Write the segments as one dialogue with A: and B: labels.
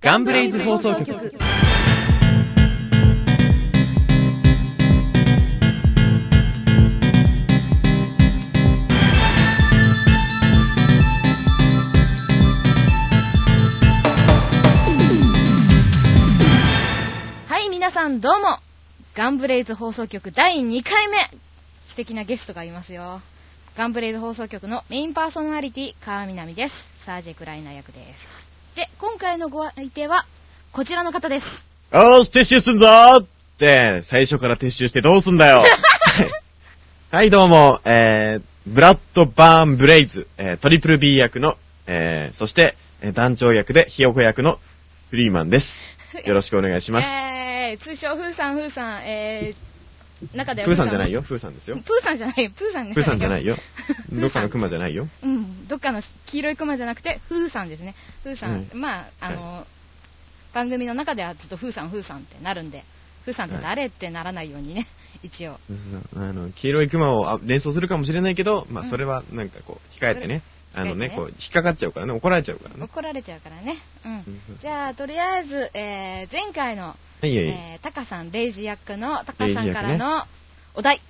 A: ガンブレイズ放送局。
B: はい、皆さんどうも。ガンブレイズ放送局第2回目。素敵なゲストがいますよ。ガンブレイズ放送局のメインパーソナリティ、川南です。サージェクライナー役です。で、今回のご相手は、こちらの方です。
C: よーし、撤収すんぞーって、最初から撤収してどうすんだよ はい、どうも、えー、ブラッド・バーン・ブレイズ、えー、トリプル B 役の、えー、そして、えー団長役で、ひよこ役のフリーマンです。よろしくお願いします。
B: えー、通称、ふーさん、ふーさん、えー、中では
C: プーさんじゃないよ、プーさんです
B: プ
C: よ。
B: ーさんじゃないよ、プーさん。
C: プーさんじゃ ないよ
B: プーさん
C: どっかのクマじゃないよ。
B: うん、どっかの黄色いクマじゃなくて、フーさんですね。フーさん、
C: うん
B: まあ、あの、番組の中ではずっとフーさん、フーさんってなるんで、フーさんって誰ってならないようにね、一応。
C: あの、黄色いクマをあ連想するかもしれないけど、ま
B: う
C: あ、
B: ん
C: それはなんかこう、控えてね。
B: 控え
C: あ
B: てね
C: のね、こう、引っかかっちゃうからね、怒られちゃうからね。
B: 怒られちゃうからね。う
C: うんんそう。
B: じゃあ、とりあえず、えー、前回の、
C: はい、はい、
B: えー、タカさん、レイジ役のタカさ
C: レイ
B: ん
C: ジ
B: か
C: 役
B: ら
C: ね
B: のお題、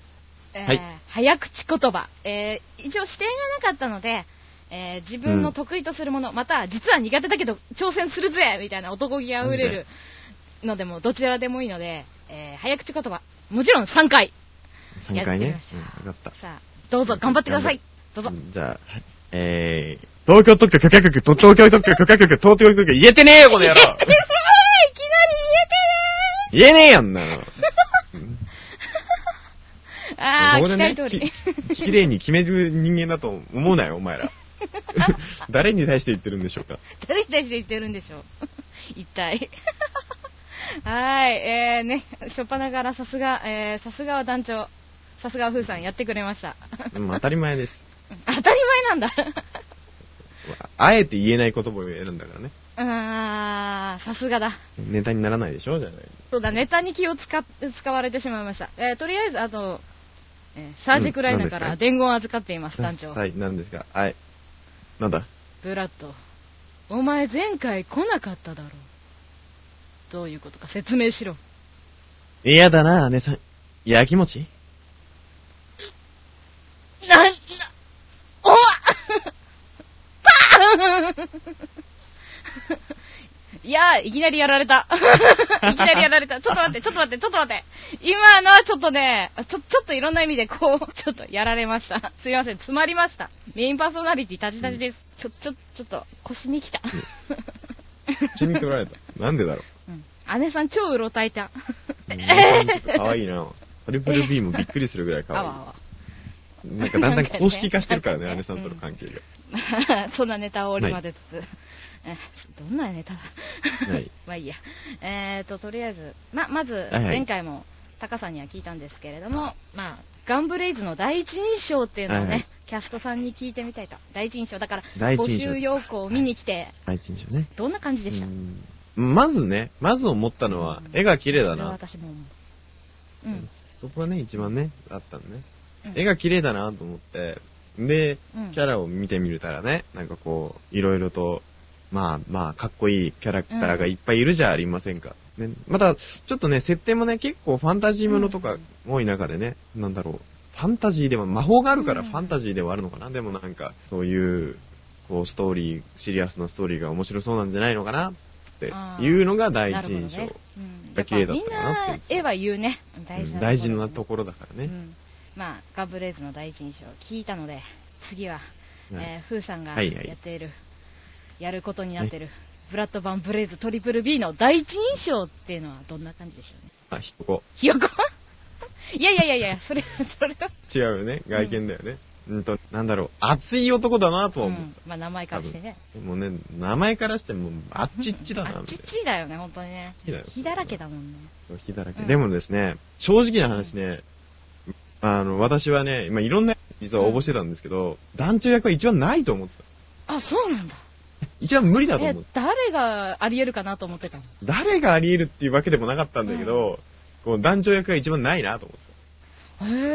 B: えー
C: はい
B: 早口言葉、えー、一応指定がなかったので、えー自分の得意とするもの、または実は苦手だけど挑戦するぜみたいな男気あふれるのでもどちらでもいいので、えー早口言葉もちろん3回
C: 3回
B: やっ
C: ね
B: てみ。ましょう
C: うんわかった。
B: さあどうぞ頑張ってくださいどうぞ
C: じゃあ、えー、東京特許許可局、と東京特許許可局、東京特許言えてねえよ、この野郎
B: えすごいいきなり
C: 言えねえやんなの。
B: 言えてるああ、
C: ここで
B: 期待
C: ね
B: 通
C: き
B: り
C: きれいに決める人間だと思うなよ、お前ら。誰に対して言ってるんでしょうか。
B: 誰に対して言ってるんでしょう 一体 はいえー、ね初っ端からさすがえーさすがは団長さすがはふーさんやってくれました
C: うん当たり前です。
B: 当たり前なんだ
C: あえて言えない言葉を選んだからね。
B: あーさすがだ
C: ネタにならないでしょじゃない。
B: そうだネタに気を使っ使われてしまいました、えーとりあえずあと、えーサージクライナーか
C: うん
B: ら
C: 何ですか
B: 伝言を預かっています団長、
C: はい、なんですか。はい。なんだ
B: ブラッドお前前回来なかっただろうどういうことか説明しろ
C: 嫌だな、姉さん。やきもち
B: な、な、おわパーン いやー、いきなりやられ た。いきなりやられた。ちょっと待って、ちょっと待って、ちょっと待って。今のはちょっとね、ちょ、ちょっといろんな意味でこう、 ちょっとやられました。すいません、詰まりました。メインパーソナリティタジタジです。ちょ、ちょ、ちょっと、腰に来た。
C: 血に取られた。なんでだろう。
B: うん姉さん超うろたいた。
C: かわいいな。トリプル B もびっくりするぐらい
B: あ
C: か
B: わあ
C: わ
B: わ。
C: いい。なんかだんだん公式化してるからね、
B: なんかね
C: 姉さんとの関係が。
B: そんなネタを織り交ぜつつ、えどんなネタだ、
C: はい
B: まあいいや、えー、ととりあえず、ままず
C: いはい
B: 前回もタカさんには聞いたんですけれども、まあ、ガンブレイズの第一印象っていうのをね、
C: はいはい
B: キャストさんに聞いてみたいと、第一印象、だから
C: 第一
B: 募
C: 印象
B: 集要項を見に来て、
C: 第一印象ね。
B: どんな感じでした、
C: うんまずね、まず思ったのは、絵が綺麗だ
B: それは
C: な。
B: 私も思う、うん
C: そこがね、一番ね、あったのね
B: う。ん
C: 絵が綺麗だなと思って、で、
B: うん
C: キャラを見てみるたらね、なんかこう、いろいろと、まあまあ、かっこいいキャラクターがいっぱいいるじゃありませんか。ね、また、ちょっとね、設定もね、結構ファンタジーものとか多い中でね、なんだろう、ファンタジーでは、魔法があるから
B: うん
C: ファンタジーではあるのかな、でもなんか、そういう、こう、ストーリー、シリアスなストーリーが面白そうなんじゃないのかなっていうのが第
B: な
C: 一
B: るほど
C: 印象。
B: ねうん、
C: が綺麗だったかなっていう
B: やっぱみんな絵は言うね、大
C: う
B: 事
C: ん
B: な
C: 大事な
B: こと
C: ころだからね。
B: うん、まあガブレーズの第一印象を聞いたので次は、
C: はい
B: えーフーさんが
C: はいはい
B: やっている、やることになっている、ブラッドバンブレイズトリプル B の第一印象っていうのはどんな感じでしょうね
C: あ、ひこ。
B: ひよこ いやいやいやいやそれそれは、
C: 違うよね。外見だよね。うん、と、なんだろう。熱い男だなとは
B: う
C: 思
B: んまあ、名前からしてね
C: う。もうね、名前からしてもう、あっちっちだな、
B: あっ
C: み
B: ち
C: た
B: っ
C: い
B: ちだよね本当にね
C: 火だよ
B: 火だらけだもんね
C: な。火だらけ。
B: うん
C: でもですね、正直な話ね、あの、私はね、今いろんな、実は応募してたんですけど、団長役は一番ないと思ってた。
B: あそうなんだ
C: 一番無理だと
B: え
C: 思って
B: 誰がありえるかなと思ってたの
C: た。誰があり得るっていうわけでもなかったんだけど、こう、団長役が一番ないなと思って
B: へ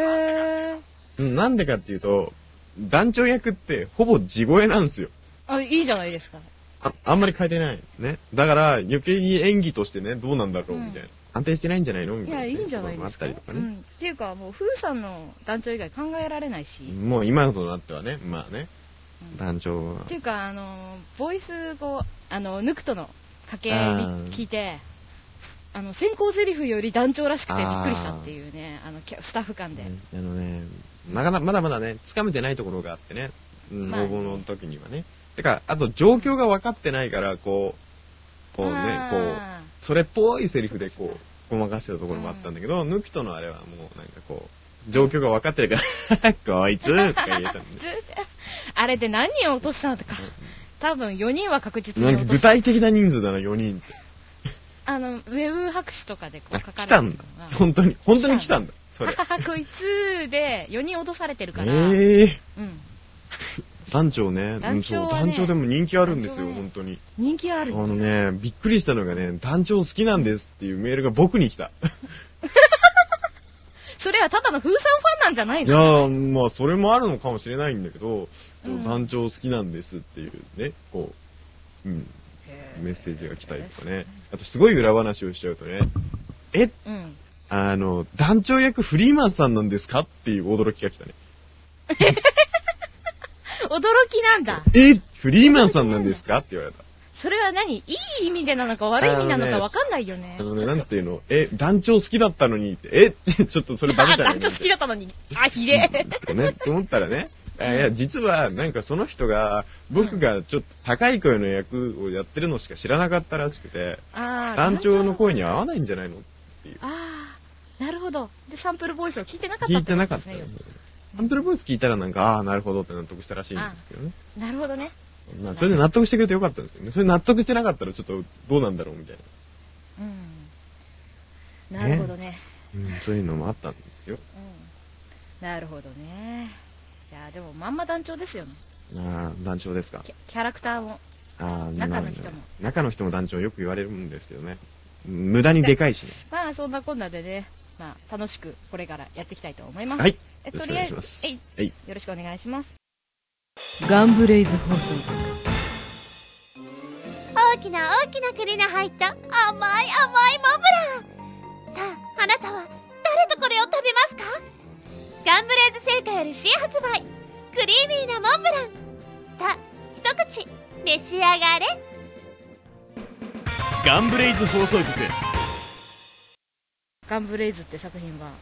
B: え
C: た。うん、なんでかっていうと、団長役ってほぼ地声なんですよ。
B: あいいじゃないですか
C: ああんまり変えてない。ね。だから、余計に演技としてね、どうなんだろう、みたいな。安定してないんじゃないのみ
B: い
C: たいな
B: や、
C: ね、
B: いいんじゃないですか。
C: ところ
B: う
C: もあったり
B: ん。っていうか、もう、ふうさんの団長以外考えられないし
C: とか。ね。もう今のとなってはね、まあね、
B: うん
C: 団長は
B: っていうか、あの、ボイス、こう、あの、抜くとの掛けに聞いて、あの、先行台詞より団長らしくてびっくりしたっていうね、あの、キャスタッフ間で。
C: ねあのね、なかなまだまだね、掴めてないところがあってね、うん、
B: まあね
C: 応募の時にはね。てか、あと状況が分かってないから、こう、こうね、こう、
B: あ
C: それっぽいセリフでこう、ごまかしてたところもあったんだけど、抜きとのあれはもうなんかこう、状況が分かってるから、 こいつとか言えたん
B: ーず
C: で。
B: あれで何人落としたのとか、多分4人は確実に
C: なん
B: 落
C: か
B: と
C: 具
B: した。
C: 体的な人数だな、4人って。
B: あの、ウェブ白紙とかでこう
C: あ
B: 書か
C: 来
B: れて
C: たんだ。本当に、本当に来たんだ。それ。
B: あこいつで4人落とされてるから、
C: ええ
B: うん、
C: 団長ね、う
B: 団
C: ん
B: 長
C: そう、
B: はね
C: 団長でも人気あるんですよ、
B: 団長はね
C: 本当に。
B: 人気あ
C: あ
B: る
C: のね、びっくりしたのがね、団長好きなんですっていうメールが僕に来た。
B: それはただの風さんファンなんじゃない
C: い
B: の
C: やー、まあ、それもあるのかもしれないんだけど、そう
B: うん
C: 団長好きなんですっていうね、こう、うん、
B: へ
C: メッセージが来たりとかね。あと、すごい裏話をしちゃうとね、え、
B: うん
C: あの、団長役フリーマンさんなんですかっていう驚きが来たね。
B: 驚きなんだ
C: え、フリーマンさんなんですかって言われた。
B: それは何いい意味でなのか悪い意味なの
C: あ
B: か
C: のね
B: 分かんないよね
C: あのね、なんていうの、え、団長好きだったのにって、え、 ちょっとそれダメじゃない
B: あ団長好きだったのにあひ
C: で
B: で
C: とかね、って思ったらね、いやいや、実は、なんかその人が、僕がちょっと高い声の役をやってるのしか知らなかったらしくて、
B: あー
C: 団長の声に合わないんじゃないのっていう。
B: ああなるほどでサンプルボイスを聞いてなかった
C: 聞
B: っ
C: いてなか
B: こ
C: っ
B: と
C: た
B: で
C: よ
B: すね。
C: アンプルボイス聞いたらなんか、ああー、なるほどって納得したらしいんですけどね。
B: なるほどね
C: まあ、それで納得してくれてよかったんですけどね。それ納得してなかったらちょっとどうなんだろうみたいな。
B: うんなるほどね
C: うん、そういうのもあったんですよ。
B: うんなるほどねいやでもまんま団長ですよね
C: ああ、団長ですか。
B: キャキャラクターも
C: ああ、
B: 中の人も
C: 中の人も団長よく言われるんですけどね。うん無駄にでかいしね。
B: まあそんなこんなでね、まあ、楽しくこれからやっていきたいと思います。
C: はい。
B: え
C: よろ
B: と
C: しくお
B: りあ
C: 願いし
B: えず
C: ます、
B: えい
C: はい。
B: よろしくお願いします。ガンブレイズ放送局。
A: 大きな大きな栗の入った甘い甘いモブランさああなたは誰とこれを食べますかガンブレーズ製菓より新発売クリーミーなモンブランさあ一口召し上がれ
C: ガンブレイズ放送局。は
B: ガンブレイズって作品は、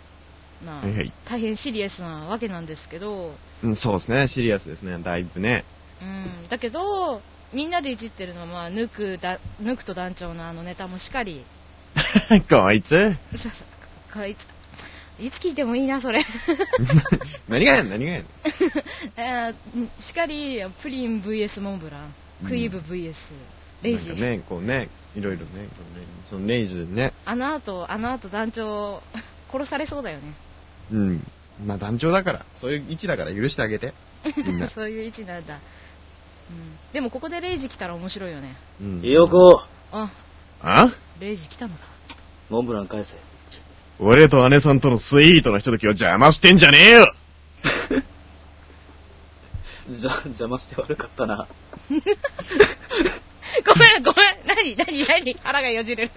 B: まあ、
C: いはい。
B: 大変シリアスなわけなんですけど、
C: うん、そうですね。シリアスですね。だいぶね。
B: うん、だけど、みんなでいじってるのは、まあ、ぬくだ、ぬくと団長のあのネタもしかり、
C: こいつ。
B: そうそう こいつ、いつ聞いてもいいな、 それ。
C: 何がやん、何がやん。
B: えーしかり、プリン VS モンブラン、クイーブ VS、レイジ。
C: なんかね、こうね、いろいろね、こうねそのレイジね、
B: あの後、あの後団長、殺されそうだよね。。
C: うん。まあ団長だから、そういう位置だから許してあげて。みんな
B: そういう位置なんだ。うん、でもここでレイジ来たら面白いよね。
C: うん
D: ひよ。こ、
B: あ、
C: あ
B: レイジ来たのか。
D: モンブラン返せ。
C: 俺と姉さんとのスイートなひとときを邪魔してんじゃねえよ
D: じゃ、邪魔して悪かったな。
B: ごめん、ごめん。何、何、何。腹がよじれる。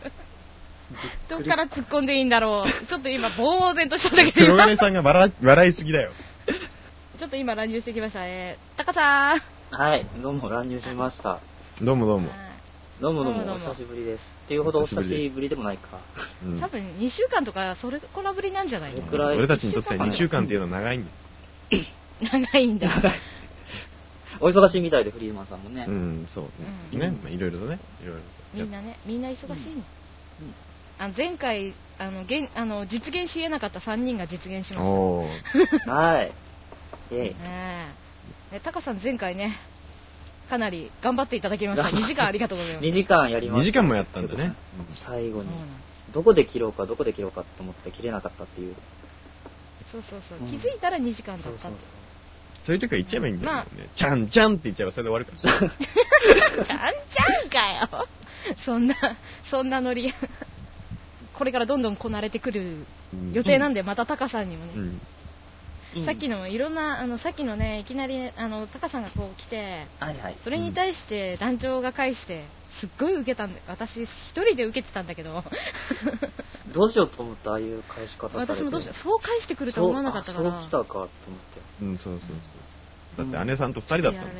B: どっから突っ込んでいいんだろう。ちょっと今、呆然としたんだけど、
C: 黒
B: 今
C: 金さんが笑い 笑いすぎだよ。
B: ちょっと今乱入してきました。えー、タカさん。
D: はい、どうも乱入しました。
C: どうもどうも。
D: どうもどう
B: どうもど
D: も、
B: う
D: お
B: も
D: 久しぶりです。っていうほどお久しぶりでもないか。
C: うん
B: 多分2週間とか、それこらぶりなんじゃないの
D: 僕ら
C: 俺たちにとっては2週間っていうのは長いんだ。
B: 長いんだ。
D: お忙しいみたいで、フリーマンさんもね
C: う。ん、そう
B: うん
C: ね。ね、まあいろいろとね、いろい
B: み
C: ろ
B: ん
C: と。
B: なね、みんな忙しいの。あの前回あの現あの、実現し得なかった3人が実現しました。
C: おー。
D: はい。え
B: ねえねタカさん、前回ね、かなり頑張っていただきま した。2時間ありがとうござい
D: え。
B: ます。
D: 2時間やりま
C: 2
D: した。
C: 時間もやったんだね。
D: 最後
B: そう
D: に
B: な。の
D: どこで切ろうか、どこで切ろうかと思って切れなかったっていう。
B: そうそうそう、
D: うん
B: 気づいたら2時間だった
D: そうそう
C: そういう時は言っちゃえばいいんだよね。ちゃんちゃんって言っちゃえばそれで終わるから。
B: ちゃんちゃんかよそんなそんなノリこれからどんどんこなれてくる予定なんで、またタカさんにもね、
C: うん。
D: うん
B: さっきのいろんなあのさっきのねいきなりあのタカさんがこう来て
D: はいはい。
B: それに対して団長が返してすっごい受けたんで私一人で受けてたんだけど
D: どうしようと思った、ああいう返し方されて。
B: 私もどうしようそう返してくるとは思わなかったから
D: そうあそう来たかと思って。
C: うん、そうそうそう。だって姉さんと二人だっ
B: や
C: た
B: ら
C: も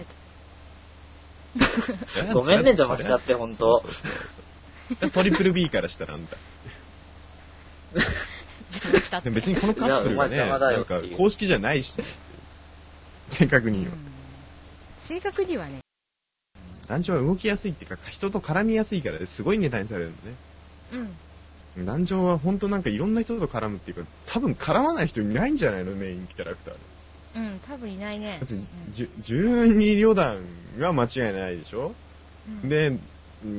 C: ん
B: れた
D: ごめんね邪魔しちゃってほんと
C: そうそうそうそうトリプル B からしたらあ んた。
B: 邪魔したっ
C: で
B: て
C: も別にこのカップルはね、
D: いやお前邪魔だ
C: な
D: よ
C: ん
D: ってい
C: か
D: う
C: 公式じゃないし、正確に言えば
B: 正確にはね
C: 団長は動きやすいっていうか、人と絡みやすいからすごいネタにされるのね。
B: うん
C: 団長は本当なんかいろんな人と絡むっていうか、多分絡まない人いないんじゃないのメインキャラクターの。
B: うん多分いないね
C: だって
B: うん、
C: じゅ12旅団は間違いないでしょ
B: うん
C: で、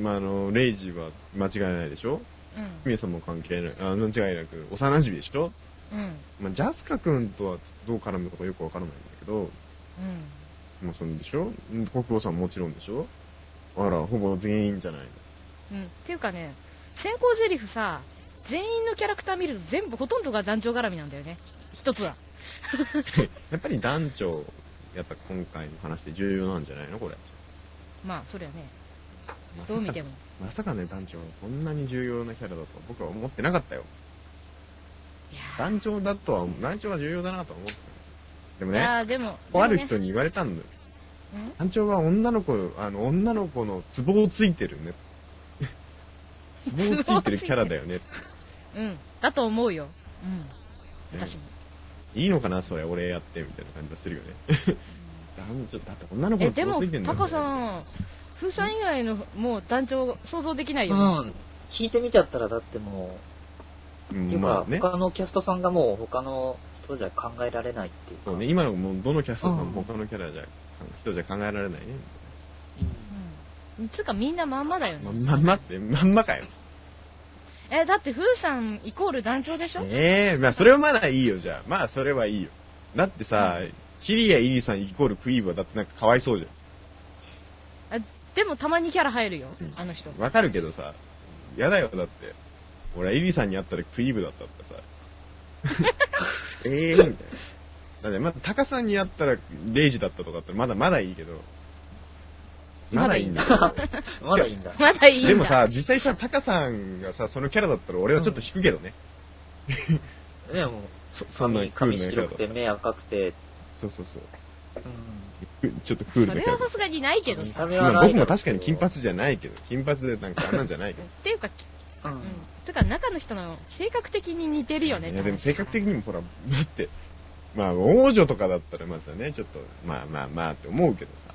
C: まあ、あの、レイジは間違いないでしょ
B: うん
C: ミエさんも関係ない、あ間違いなく、幼馴染でしょ
B: うん
C: まあ、ジャスカ君とはどう絡むのかよくわからないんだけど、
B: うん
C: もうそんでしょん国王さんももちろんでしょあら、ほぼ全員じゃないの。
B: うん、っていうかね先行ゼリフさ全員のキャラクター見ると全部ほとんどが団長絡みなんだよね一つは
C: やっぱり団長、やっぱ今回の話で重要なんじゃないのこれ。
B: まあそりゃね
C: まさか
B: どう見ても
C: まさかね、団長がこんなに重要なキャラだとは僕は思ってなかったよ。
B: いや
C: 団長だとは、団長は重要だなとは思ってたでも
B: ーい
C: ね、
B: やーでも
C: ある
B: でもね
C: 人に言われたんだよ。
B: うん
C: 団長は女の子、あの、女の子のツボをついて るね。ツボをついてるキャラだよね。
B: うんだと思うようん
C: ね
B: 私も
C: いいのかな、それ、俺やって、みたいな感じがするよね。男女、だって女の子
B: え
C: の
B: でも
C: ついてんだ
B: タカ
C: ん。
B: さん風さん以外のもう団長想像できないよ、ね
D: うん。聞いてみちゃったら、だっても
C: う
D: う、ってい
C: ん、
D: う
C: ま
D: か
C: あ、ね。
D: 他のキャストさんがもう他の人じゃ考えられないっていうか。
C: そうね、今のもうどのキャストさん
D: うん
C: も他のキャラじゃ、人じゃ考えられないね。
D: うん
B: うんつうかみんなまんまだよね、
C: まんまんまって、まんまかよ。
B: えだって風さんイコール団長でしょ、
C: ええまあそれはまだいいよ、じゃあ。まあそれはいいよ。だってさ、キリア・イリさんイコールクイーブはだってなんかかわいそうじ
B: あでもたまにキャラ入るよ
C: うん
B: あの人
C: ゃん。わかるけどさ、嫌だよ、だって。俺はイリさんに会ったらクイーブだったってさ。 ええみたいな。だってまだタカさんに会ったらレイジだったとかだってまだまだいいけど。まだいいんだけど。
D: まだいいんだ。
B: まだいいんだ
C: でもさ、実際さ、タカさんがさ、そのキャラだったら俺はちょっと引くけどね。
D: ねもう、
C: そそんなク
D: 髪
C: ール
D: 髪
C: なキャ
D: 白
C: ラ
D: く
C: だった
D: て目赤くて、
C: そうそうそう。
D: う
C: くちょっとクール
B: そ
C: な
B: れ
C: キャラ
B: は
C: だ
B: さ
C: った
B: すがにないけど
D: ん。見
B: さ
D: た目は
C: ま
D: な
C: あ
D: い
C: 僕も
D: だろう
C: 確
D: け
C: か
D: ど
C: に金髪じゃないけど、金髪でなんかあんなんじゃないけど。
B: っていうか、
D: う
B: うん
D: ん。
B: てか中の人の性格的に似てるよね
C: いや、でも性格的
B: に
C: にもほら、だって、まあ、王女とかだったらまたね、ちょっと、まあまあまあって思うけどさ。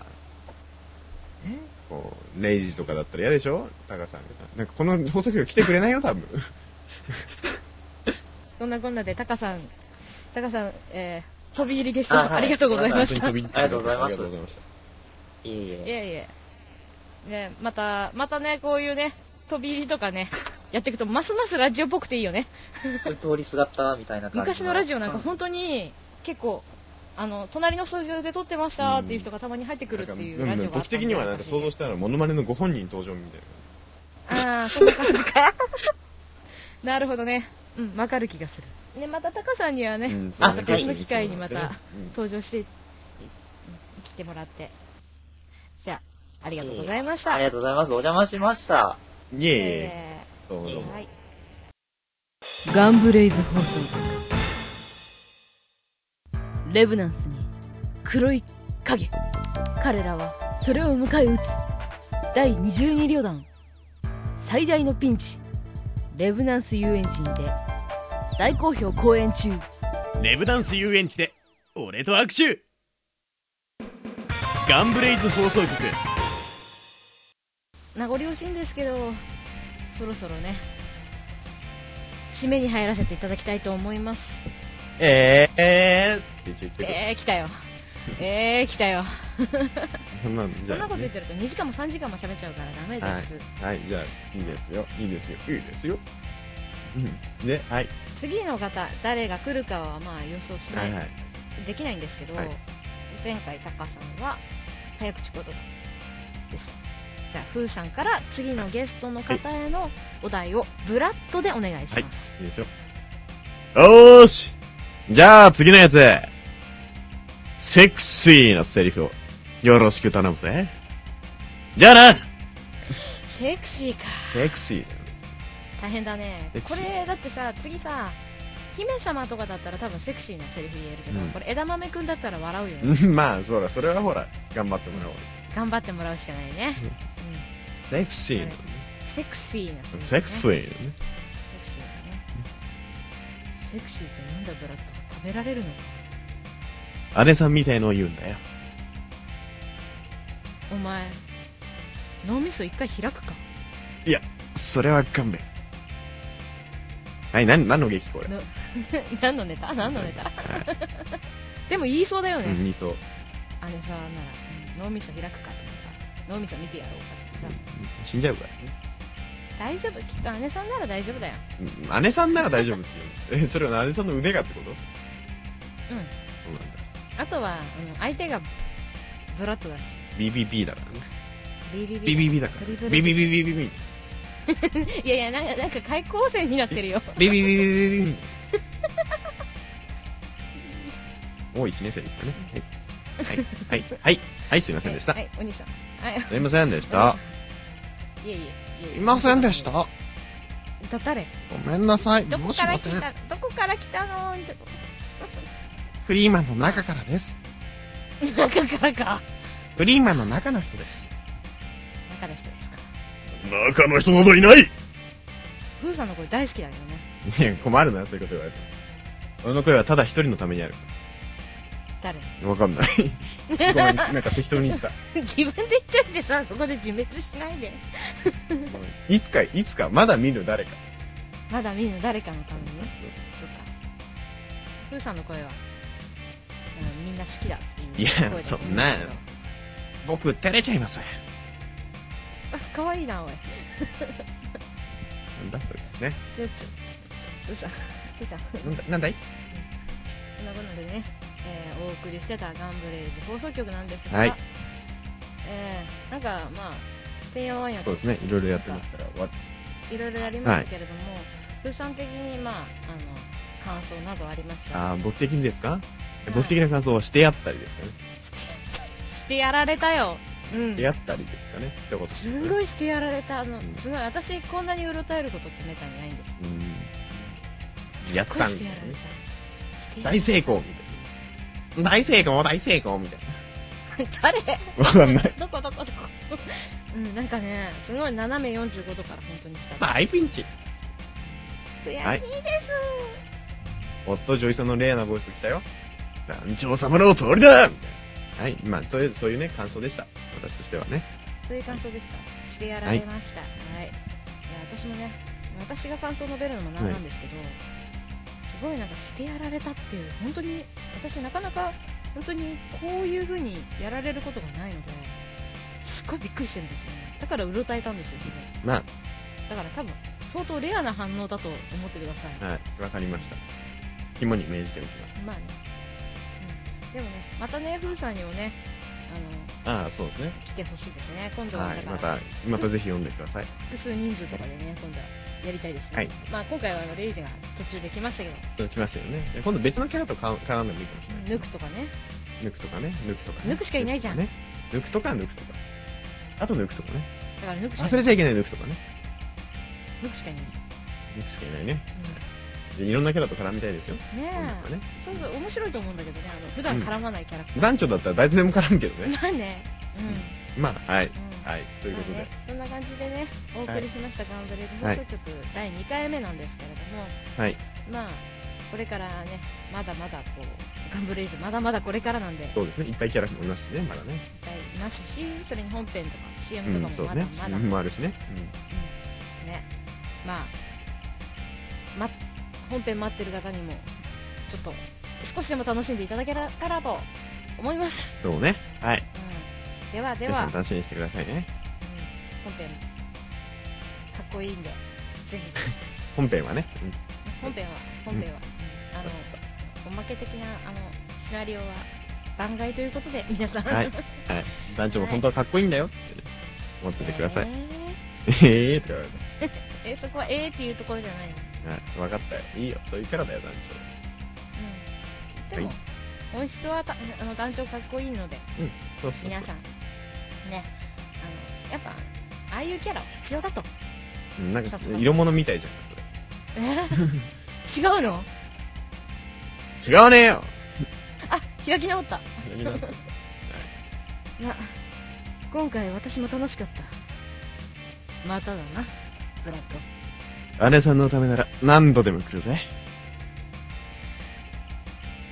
C: こう、レイジとかだったら嫌でしょタカさんが。なんかこの放送局来てくれないよ、多分。
B: そんなこんなでタカさんタカさん、えー、飛び入りゲスト
D: あはい
B: ありがとうございまし
C: 本
B: た、
C: 当に飛び
B: い、
C: 入って
D: ありがとうござい
C: あ
D: ます
C: りがとうございました。
D: いえいえ。
B: えいえねまたまたねこういうね飛び入りとかねやっていくとますますラジオっぽくていいよね
D: これ通りすがったみたいな感じ
B: 昔のラジオなんか
D: ん
B: 本当に結構あの隣のスタジオで撮ってましたっていう人がたまに入ってくるっていう
C: な
B: ラ
C: んか
B: ジ
C: うん
B: オがあ
C: 僕
B: ったん
C: 的
B: で
C: にはなんか想像したら、モノマネのご本人登場みたい
B: あ あ、そうか、そうか。なるほどね。うん、わかる気がする。ね、またタカさんにはね、
C: うん
B: また
D: そう
B: 別
D: は
B: の
D: い
B: 機会にまた
C: うん
B: 登場して、い来てもらって。じゃあ、ありがとうございました。
D: ありがとうございます。お邪魔しました。
C: な。いえいえ、
B: え
C: どうもどう
B: ー
C: も。
B: はい。
E: ガンブレイズ放送局レブナンスに黒い影彼らはそれを迎え撃つ第22旅団最大のピンチレブナンス遊園地にて大好評公演中
F: レブダンス遊園地で俺と握手ガンブレイズ放送局
B: 名残惜しいんですけど、そろそろね、締めに入らせていただきたいと思います。
C: えー、えー、って一応言ってくれ
B: えー、来たよ。えー、来 たよ。
C: そんなんじ
B: そ
C: ゃ
B: んなこと
C: ね
B: 言ってると2時間も3時間も喋っちゃうからダメ
C: は
B: です。
C: い、はい、じゃあ、いいですよ、いいですよ、いいですよ。うん、ね、はい、
B: 次の方誰が来るかはまあ予想しな、
C: はいい、はい。
B: できないんですけど、
C: はい
B: 前回タカさんは早口言葉でしたじゃあフーさんから次のゲストの方へのお題をブラッドでお願いします、
C: いいですよ。おーしじゃあ、次のやつセクシーなセリフを、よろしく頼むぜ。じゃあな
B: セクシーか
C: セクシーだよ。
B: 大変だね
C: セクシ
B: こ
C: ー
B: れだってさ次さ姫様とかだったら多分セクシーなセリフ言えるけど、
C: うん
B: これ枝豆くんだったら笑うよね、
C: うん まあ、そうだ、それはほら、頑張ってもらおう。
B: 頑張ってもらうしかないね、
C: そう
B: う
C: セクシーな、ね。
B: ん、セクシーなセリフね
C: セクシーな、ね。
B: セクシーだねセクシーってなんだブラッド食べられるのか
C: 姉さんみたいのを言うんだよ。
B: お前脳みそ一回開くか
C: それは勘弁。はい、なん、何の劇これ。
B: の 何のネタ何のネタ でも言いそうだよね、
C: うん、言いそう。
B: 姉さんなら、うん脳みそ開くかとかさ脳みそ見てやろうかとかさ
C: 死んじゃうからね。
B: 大丈夫きっと姉さんなら大丈夫だよ
C: うん姉さんなら大丈夫っていう。え、それは姉さんの腕がってこと
B: うん
C: そうなんだ。
B: あとは、うん、相手がブラッドだし
C: BBB だからね。
B: ビビ
C: BBB だから。
B: ブリブリ
C: BBBBBB。
B: いやいやなんかなんか開口戦になってるよ
C: BBBBBB。おい、1年生ですかね。はい。はい。はい。はい。はい、すいませんでした
B: は。い、はいお兄さんはい
C: すいませんでした。
B: いえいええ
C: いませんでした。
B: だ誰
C: ごめんなさい。
B: ど
C: も
B: こ
C: し
B: から
C: ま
B: 来
C: せん。
B: たどこから来たの
C: フリーマンの中からです。
B: 中からか
C: フリーマンの中の人です。
B: 中の人ですか
C: 中の人などいない
B: ふーさんの声大好きだけどね
C: いや、困るな、そういうこと言われても。俺の声はただ一人のためにある。
B: 誰
C: わかん ない。ごめん、なんか適当に言 った。
B: 自分で言っといてさそこで自滅しないで
C: ごめんいつか、いつか、まだ見る誰か。
B: まだ見ぬ誰かのためにね
C: そうそう
B: そうかふーさんの声は、うん、みんな好きだって
C: い
B: いう
C: や
B: 声だと思うけど
C: そんな僕、照れちゃいます。
B: あ可愛いなおい
C: なんだそれ。ね。
B: ちょちょちょちょふーさんふ
C: なん
B: ーさん
C: だ、なんだい
B: そんなことでね、えーお送りしてたガンブレイズ放送局なんですが、
C: はい
B: えーなんかまあてんやわんや
C: そう
B: と
C: ですね、いろいろやってますから。わ
B: いろいろやりましたけれども、ふーさん的にまああの感想などありましたら
C: あー僕的にですか
B: い
C: 僕的な感想はしてやったりですかね。
B: してやられたようん
C: してやったりですかね。一言。
B: すんごいしてやられたあの
C: うん
B: すごい私こんなにうろたえることってめったにないんです
C: うん。やっ
B: すっごい
C: た
B: し
C: み
B: て
C: たい
B: や
C: な
B: られ
C: ね
B: た。してやられ
C: 大成功みたいな。大成功、大成功みたい
B: た誰
C: な。 わかんない。
B: どこどこどこうんなんかねすごい斜め45度から本当に来た
C: 大ピンチ。
B: 悔しいです、
C: はい夫、女医さんのレアなボイス来たよ。団長様の通りだみたいな。はい、まあ、とりあえずそういうね、感想でした。私としてはね。
B: そういう感想ですか、してやられました、はいいや私もね、私が感想を述べるのもなんなんですけど、すごいなんかしてやられたっていう、本当に私、なかなか本当にこういう風にやられることがないので、すっごいびっくりしてるんですよね、だからうろたえたんですよ、すごい
C: ま
B: だから多分相当レアな反応だと思ってください。
C: あ、はい、わかりました。肝に銘じておきます。
B: まあね、うん、でもね、またね、ふーさんにもね、あの
C: ああ、そうですね。
B: 来てほしいですね、今度は
C: は
B: だ
C: い、
B: か
C: ま
B: ら。
C: た、またぜひ読んでください。
B: 複数人数とかでね今度はやりたいですね、
C: はい
B: まあ、今回はあのレイジが途中で来ましたけど
C: 来ましたよね。で今度別のキャラとか絡んでもいいかもしれないですね
B: 抜くとかね
C: 抜くとかね、抜くとかね。
B: 抜くしかいないじゃん
C: 抜くとかね抜くとか、抜くとか。あと抜くとかね。
B: だから抜くしか
C: 忘れ
B: い
C: ちゃいけない抜くとかね。
B: 抜くしかいないじ
C: 抜くしかいないね。
B: ゃん、
C: でいろんなキャラと絡みたいですよ。
B: うん、ね
C: 今度はね
B: えそうそう面白いと思うんだけどねあの普段絡まないキャラクタ
C: 団長だったら誰とでも絡むけど
B: ー、
C: ね。
B: まあねうん、うん
C: まあ、はい。はい、というこ
B: まあ
C: とで
B: ね。、そんな感じでねお送りしました「ガンブレード放送局」第2回目なんですけれども、
C: はい、
B: まあこれからねまだまだこうガンブレイズまだまだこれからなんでいっ
C: そうですね。いっぱいキャラもいますしね、まだね。
B: ぱいいますしそれに本編とか CM と
C: う
B: か
C: ん、
B: も
C: そう
B: まだ
C: ね。
B: まだ
C: CM もあるしね。
B: ねまあ、ま、本編待ってる方にもちょっと少しでも楽しんでいただけたらと思います、
C: うん、そうね。はい。
B: うん、ではで
C: 皆さ
B: は、うんん、
C: 楽しみにしてくださいね。
B: 本編かっこいいんで ぜひ
C: 本編はね。うん
B: 本編は本編は、あのおまけ的なあのシナリオは番外ということで皆さん、
C: はい。はい。団長も本当はかっこいいんだよってね、思っててください。
B: え
C: ええーって言われて。
B: ーえそこはえーっていうところじゃないの
C: はい。わかったよ。いいよ。そういうキャラだよ、団
B: うんでも、
C: は
B: 本質はたあの団長かっこいいので
C: そうそう
B: 皆さんねあのやっぱああいうキャラは必要 だと
C: うんなんか色物みたいじゃん
B: 違うの
C: それ違うねよ
B: あ開き直ったまあ今回私も楽しかったまただなブラッド
C: 姉さんのためなら何度でも来るぜ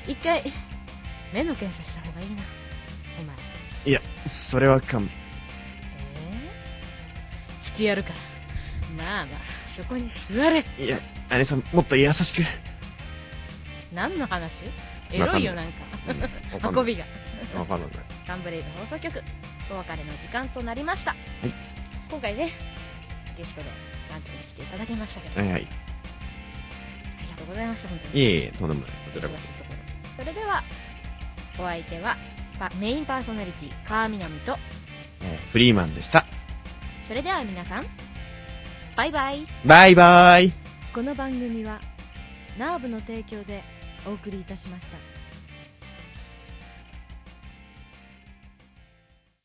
B: 一回目の検査した方がいいなお前
C: いやそれは勘弁
B: えー、してやるからまあまあそこに座れ
C: いや姉さんもっと優しく
B: 何の話エロいよなんか 運びが
C: わかんない
B: ガンブレイズ放送局お別れの時間となりました、今回ねゲストで団長に来ていただきましたけど、
C: はいはい
B: ありがとうございました本当に
C: いえいえとんでもないこちらこ
B: 忙しいところそれではお相手はパメインパーソナリティ川南と
C: そ、えーフリーマンでした
B: それでは皆さんバイバイ
C: バイバイ
E: この番組はナーブの提供でお送りいたしました。